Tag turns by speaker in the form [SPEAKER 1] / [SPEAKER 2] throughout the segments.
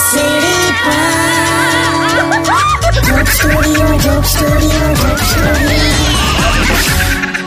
[SPEAKER 1] City Pod. Joke Studio, Joke Studio, Joke Studio.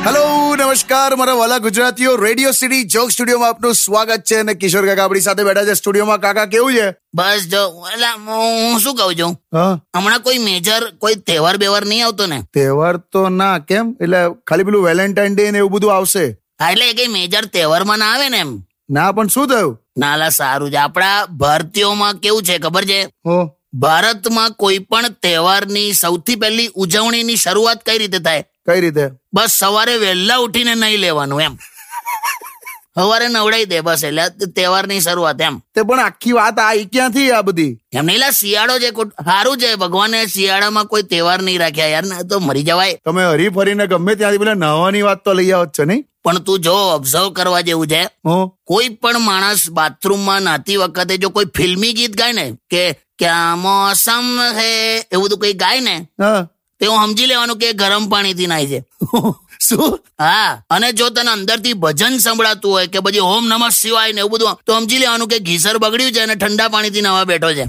[SPEAKER 2] Hello નમસ્કાર મારા વાલા ગુજરાતીઓ રેડિયો સિટી જોક સ્ટુડિયોમાં આપનું સ્વાગત છે અને કિશોર કાકા આપણી સાથે બેઠા છે સ્ટુડિયોમાં કાકા કેવું છે
[SPEAKER 3] બસ જો અલા હું શું કહું છું
[SPEAKER 2] હા
[SPEAKER 3] હમણાં કોઈ મેજર કોઈ તહેવાર બેવાર નહીં આવતો ને
[SPEAKER 2] તહેવાર તો ના કેમ એટલે ખાલી પેલું વેલેન્ટાઇન ડે ને એવું બધું આવશે
[SPEAKER 3] હા, એટલે એ કઈ મેજર તહેવારમાં ના આવે ને એમ
[SPEAKER 2] ના પણ શું થયું
[SPEAKER 3] ના અલા સારું છે આપણા ભારતીયોમાં કેવું છે ખબર છે
[SPEAKER 2] હો
[SPEAKER 3] ભારતમાં કોઈ પણ તહેવારની સૌથી પહેલી ઉજવણીની શરૂઆત કઈ રીતે થાય
[SPEAKER 2] કઈ રીતે
[SPEAKER 3] બસ સવારે વહેલા ઉઠીને નહીં લેવાનું એમ સવારે નવડાઈ દે બસ એટલે તહેવારની શરૂઆત એમ
[SPEAKER 2] તે પણ આખી વાત આ ક્યાંથી આ બધી
[SPEAKER 3] એમ નહીં લા શિયાળો જે ખોટ- સારું છે ભગવાને શિયાળામાં કોઈ તહેવાર નહીં રાખ્યા યાર ના તો મરી જવાય
[SPEAKER 2] તમે હરી ફરીને ગમે ત્યાંથી પેલા નાહવાની વાત તો લઈ આવો જ છો નહીં
[SPEAKER 3] પણ તું જો ઓબ્ઝર્વ કરવા જેવું છે
[SPEAKER 2] હો
[SPEAKER 3] કોઈ પણ માણસ બાથરૂમમાં નાતી વખતે જો કોઈ ફિલ્મી ગીત ગાય ને કે ક્યાં મોસમ હે એવું બધું કઈ ગાય ને
[SPEAKER 2] હા
[SPEAKER 3] તે હું સમજી લેવાનું કે એ ગરમ પાણીથી નાય છે
[SPEAKER 2] શું
[SPEAKER 3] હા અને જો તને અંદરથી ભજન સંભળાતું હોય કે પછી ઓમ નમઃ શિવાય ને એવું બધું તો સમજી લેવાનું કે ઘીસર બગડ્યું છે અને ઠંડા પાણીથી નવા બેઠો છે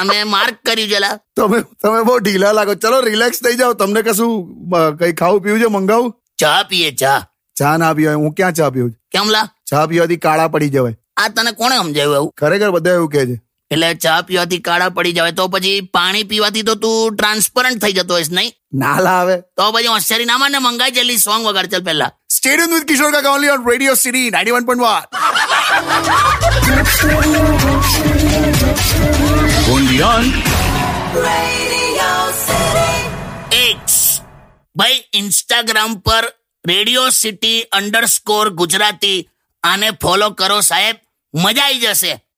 [SPEAKER 3] અમે માર્ક કર્યું છે લા.
[SPEAKER 2] તમે તમે બહુ ઢીલા લાગો ચલો રિલેક્સ થઈ જાઓ તમને કશું અ, કઈ ખાવું પીવું છે મંગાવું
[SPEAKER 3] ચા પીએ ચા
[SPEAKER 2] ચા ના પીવાય હું ક્યાં ચા પીવું
[SPEAKER 3] કેમ લા
[SPEAKER 2] ચા પીવાથી કાળા પડી જવાય
[SPEAKER 3] આ તને કોણે સમજાવ્યું એવું
[SPEAKER 2] ખરેખર બધા એવું કહે છે
[SPEAKER 3] એટલે ચા પીવાથી કાળા પડી જાય તો પછી પાણી પીવાથી તો તું ટ્રાન્સપરન્ટ થઈ જતો હોઈશ નહીં
[SPEAKER 2] નાલા આવે
[SPEAKER 3] તો પછી હોશિયારી ના માને મંગાઈ જેલી સોંગ વગાડ ચાલ પહેલા
[SPEAKER 2] સ્ટેડિયમ વિથ કિશોર કાકા only on Radio City ninety one point one
[SPEAKER 1] Radio City.
[SPEAKER 3] એક્સ ભાઈ ઇન્સ્ટાગ્રામ પર રેડિયો સિટી અંડરસ્કોર ગુજરાતી આને ફોલો કરો સાહેબ મજા આવી જશે